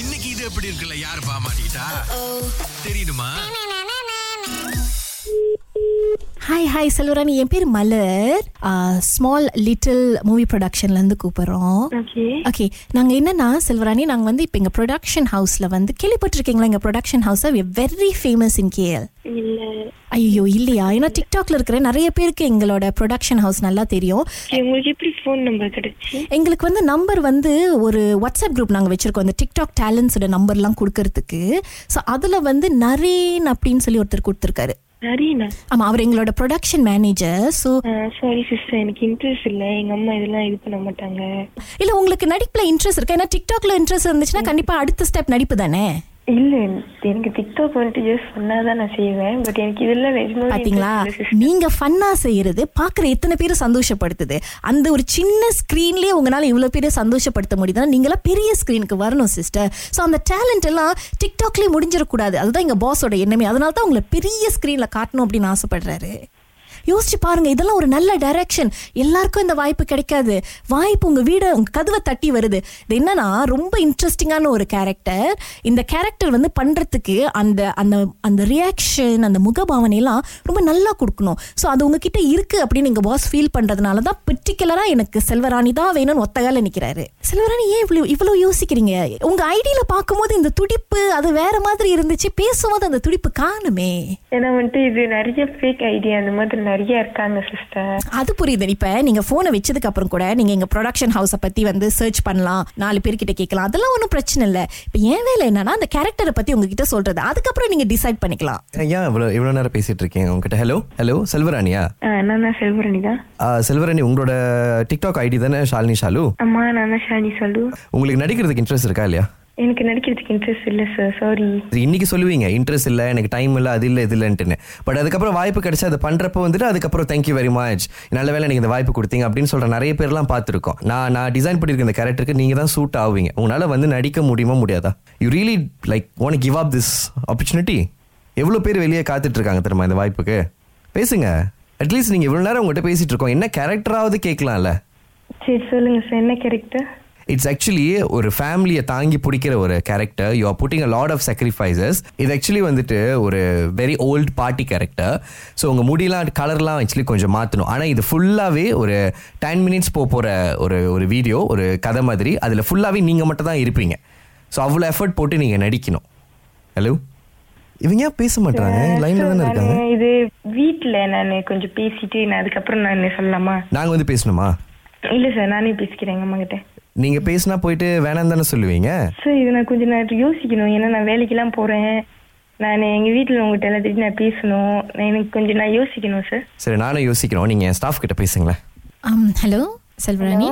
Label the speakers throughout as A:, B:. A: இன்னைக்கு இது எப்படி இருக்குல்ல யார் பாமாட்டா தெரியுமா
B: ஹாய் ஹாய் செல்வராணி என் பேர் மலர் ஸ்மால் லிட்டில் மூவி ப்ரொடக்ஷன்லேருந்து கூப்பிட்றோம்
C: ஓகே
B: ஓகே நாங்கள் என்னன்னா செல்வராணி நாங்கள் வந்து இப்போ எங்கள் ப்ரொடக்ஷன் ஹவுஸில் வந்து கேள்விப்பட்டிருக்கீங்களா எங்கள் ப்ரொடக்ஷன் ஹவுஸை வெரி ஃபேமஸ் இன் கேஎல்
C: இல்ல
B: ஐயோ இல்லையா ஏன்னா டிக்டாக்ல இருக்கிற நிறைய பேருக்கு எங்களோட ப்ரொடக்ஷன் ஹவுஸ் நல்லா தெரியும்
C: Okay, உங்களுக்கு எப்படி ஃபோன் நம்பர் கிடைச்சு
B: எங்களுக்கு வந்து நம்பர் வந்து ஒரு வாட்ஸ்அப் குரூப் நாங்கள் வச்சுருக்கோம் அந்த டிக்டாக் டேலண்ட்ஸோட நம்பர்லாம் கொடுக்கறதுக்கு ஸோ அதில் வந்து நரேன் அப்படின்னு சொல்லி ஒருத்தர் கொடுத்துருக்காரு
C: நரீனா
B: ஆமாம் அவர் எங்களோட production manager so
C: sorry sister எனக்கு இன்ட்ரெஸ்ட் இல்ல எங்க அம்மா இதெல்லாம் இது பண்ண மாட்டாங்க
B: இல்லை உங்களுக்கு நடிப்பில் இன்ட்ரெஸ்ட் இருக்கா ஏன்னா டிக்டாக்ல இன்ட்ரெஸ்ட் இருந்துச்சுன்னா கண்டிப்பாக அடுத்த ஸ்டெப் நடிப்பு தானே
C: இல்ல எனக்கு டிக்டாக் வந்துட்டு ஜஸ்ட் சொன்னாதான் நான் செய்வேன் பட் எனக்கு இதெல்லாம் நிஜமாவே
B: பாத்தீங்களா
C: interest இல்ல sister.
B: நீங்க ஃபன்னா செய்யறது பாக்குற எத்தனை பேரை சந்தோஷப்படுத்துது அந்த ஒரு சின்ன ஸ்கிரீன்லயே உங்களால இவ்வளவு பேரை சந்தோஷப்படுத்த முடியுதுன்னா நீங்களாம் பெரிய ஸ்கிரீனுக்கு வரணும் சிஸ்டர் ஸோ அந்த டேலண்ட் எல்லாம் டிக்டாக்லயே முடிஞ்சிடக்கூடாது அதுதான் எங்க பாஸோட எண்ணமே அதனால தான் உங்களை பெரிய ஸ்கிரீன்ல காட்டணும் அப்படின்னு ஆசைப்படுறாரு யோசிச்சு பாருங்க இதெல்லாம் ஒரு நல்ல டைரக்ஷன் எல்லாருக்கும் இந்த வாய்ப்பு கிடைக்காது வாய்ப்பு உங்க வீட உங்க கதவை தட்டி வருது இது என்னன்னா ரொம்ப இன்ட்ரெஸ்டிங்கான ஒரு கேரக்டர் இந்த கேரக்டர் வந்து பண்றதுக்கு அந்த அந்த அந்த ரியாக்ஷன் அந்த முகபாவனை எல்லாம் ரொம்ப நல்லா கொடுக்கணும் ஸோ அது உங்ககிட்ட இருக்கு அப்படின்னு எங்க பாஸ் ஃபீல் பண்றதுனால தான் பர்டிகுலரா எனக்கு செல்வராணி தான் வேணும்னு ஒத்தகால நிக்கிறாரு செல்வராணி ஏன் இவ்வளவு இவ்வளவு யோசிக்கிறீங்க உங்க ஐடியில பார்க்கும்போது இந்த துடிப்பு அது வேற மாதிரி இருந்துச்சு பேசும்போது அந்த துடிப்பு காணுமே
C: ஏன்னா வந்துட்டு இது நிறைய ஃபேக் ஐடியா அந்த மாதிரி நிறைய இருக்காங்க சிஸ்டர்
B: அது புரியுது இப்ப நீங்க போனை வச்சதுக்கு அப்புறம் கூட நீங்க எங்க ப்ரொடக்ஷன் ஹவுஸை பத்தி வந்து சர்ச் பண்ணலாம் நாலு பேர்கிட்ட கேட்கலாம் அதெல்லாம் ஒன்றும் பிரச்சனை இல்லை இப்போ என் வேலை என்னன்னா அந்த கேரக்டரை பத்தி உங்ககிட்ட சொல்றது அதுக்கப்புறம் நீங்க டிசைட் பண்ணிக்கலாம்
D: ஐயா இவ்வளோ இவ்வளோ நேரம் பேசிட்டு இருக்கேன் உங்ககிட்ட ஹலோ ஹலோ செல்வராணியா
C: நான் தான் செல்வரணி தான்
D: ஆ, செல்வராணி உங்களோட டிக்டாக் ஐடி தானே ஷாலினி ஷாலு
C: அம்மா நான் தான் ஷானி சொல்லு
D: உங்களுக்கு நடிக்கிறதுக்கு இன்ட்ரெஸ்ட் இருக்கா இல்லையா
C: எனக்கு நடிக்கிறதுக்கு இன்ட்ரெஸ்ட் இல்ல சார் சாரி
D: இது இன்னைக்கு சொல்லுவீங்க இன்ட்ரெஸ்ட் இல்லை எனக்கு டைம் இல்லை அது இல்லை இது இல்லைன்ட்டுன்னு பட் அதுக்கப்புறம் வாய்ப்பு கிடைச்சா அதை பண்ணுறப்ப வந்துட்டு அதுக்கப்புறம் தேங்க்யூ வெரி மச் நல்ல வேளை நீங்கள் இந்த வாய்ப்பு கொடுத்தீங்க அப்படின்னு சொல்கிற நிறைய பேர்லாம் பார்த்துருக்கோம் நான் நான் டிசைன் பண்ணியிருக்க இந்த கேரக்டருக்கு நீங்கள் தான் சூட் ஆவீங்க உங்களால் வந்து நடிக்க முடியுமா முடியாதா you really like one give up this opportunity எவ்வளோ பேர் வெளியே காத்துட்டு இருக்காங்க தெரியுமா இந்த வாய்ப்புக்கு பேசுங்க அட்லீஸ்ட் நீங்கள் இவ்வளோ நேரம் உங்கள்கிட்ட பேசிட்டு இருக்கோம் என்ன கேரக்டராவது கேட்கலாம்ல
C: சரி சொல்லுங்க சார் என்ன கேரக்டர்
D: இட்ஸ் ஆக்சுவலி ஒரு ஃபேமிலியை தாங்கி பிடிக்கிற ஒரு character you are putting a lot of sacrifices இது ஆக்சுவலி வந்துட்டு ஒரு very old party character so உங்கள் முடியெல்லாம் கலர்லாம் ஆக்சுவலி கொஞ்சம் மாற்றணும் ஆனால் இது ஃபுல்லாகவே ஒரு டென் மினிட்ஸ் போக போகிற ஒரு ஒரு வீடியோ ஒரு கதை மாதிரி அதில் ஃபுல்லாகவே நீங்கள் மட்டும் தான் இருப்பீங்க ஸோ அவ்வளோ எஃபர்ட் போட்டு நீங்கள் நடிக்கணும் ஹலோ இவங்க ஏன் பேச மாட்டாங்க லைனில் தானே இருக்காங்க
C: இது வீட்ல நான் கொஞ்சம் பேசிட்டு நான் அதுக்கப்புறம் நான் சொல்லலாமா
D: நாங்கள் வந்து பேசணுமா
C: இல்ல சார் நானே பேசிக்கிறேன் எங்க அம்மா கிட்ட
D: நீங்கள் பேசினா போயிட்டு வேணாம் தானே சொல்லுவீங்க
C: சார் இது நான் கொஞ்சம் நேரம் யோசிக்கணும் ஏன்னா நான் வேலைக்கெல்லாம் போறேன் நான் எங்க வீட்டுல உங்ககிட்ட எல்லாம் திட்டி நான் பேசணும் நான் எனக்கு கொஞ்சம் நான் யோசிக்கணும் சார்
D: சரி நானும் யோசிக்கிறோம் நீங்கள் ஸ்டாஃப் கிட்ட பேசுங்களேன்
B: ஹலோ Um, செல்வராணி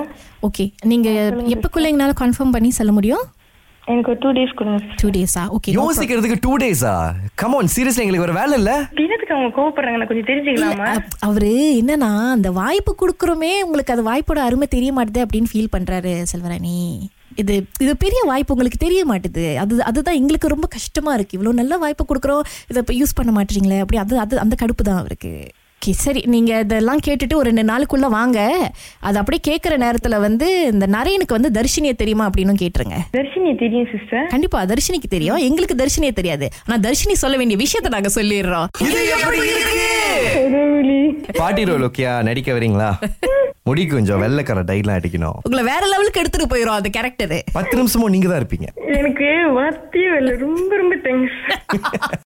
B: ஓகே நீங்க எப்பக்குள்ள எங்களால கன்ஃபார்ம் பண்ணி சொல்ல முடியும்
C: எனக்கு ஒரு டூ டேஸ் கொடுங்க சார்
B: டூ டேஸா ஓகே
D: யோசிக்கிறதுக்கு டூ டேஸா கமான் சீரியஸ்லி எங்களுக்கு ஒரு வேலை இல்ல
C: பின்னத்துக்கு அவங்க கோவப்படுறாங்க நான் கொஞ்சம் தெரிஞ்சுக்கலாமா
B: அவரு என்னன்னா அந்த வாய்ப்பு கொடுக்குறோமே உங்களுக்கு அது வாய்ப்போட அருமை தெரிய மாட்டுது அப்படின்னு ஃபீல் பண்றாரு செல்வராணி இது இது பெரிய வாய்ப்பு உங்களுக்கு தெரிய மாட்டுது அது அதுதான் எங்களுக்கு ரொம்ப கஷ்டமா இருக்கு இவ்வளோ நல்ல வாய்ப்பு கொடுக்குறோம் இதை இப்போ யூஸ் பண்ண மாட்டீங்களே அப்படி அது அது அந்த கடுப்பு தான் அவருக்கு ஓகே சரி நீங்க இதெல்லாம் கேட்டுட்டு ஒரு ரெண்டு நாளுக்குள்ள வாங்க அது அப்படியே கேட்குற நேரத்துல வந்து இந்த நரேனுக்கு வந்து தர்ஷினியை தெரியுமா அப்படின்னு கேட்டுருங்க
C: தர்ஷினி தெரியும் சிஸ்டர்
B: கண்டிப்பா தர்ஷினிக்கு தெரியும் எங்களுக்கு தர்ஷினியே தெரியாது ஆனா தர்ஷினி சொல்ல வேண்டிய விஷயத்தை நாங்க சொல்லிடுறோம்
D: பாட்டி ரோல் ஓகேயா நடிக்க வரீங்களா முடி கொஞ்சம் வெள்ளைக்கார டைலாம் அடிக்கணும்
B: உங்களை வேற லெவலுக்கு எடுத்துட்டு போயிடும் அந்த கேரக்டரு
D: பத்து நிமிஷமும் நீங்க தான் இருப்பீங்க
C: எனக்கு வார்த்தையே இல்லை ரொம்ப ரொம்ப தேங்க்ஸ்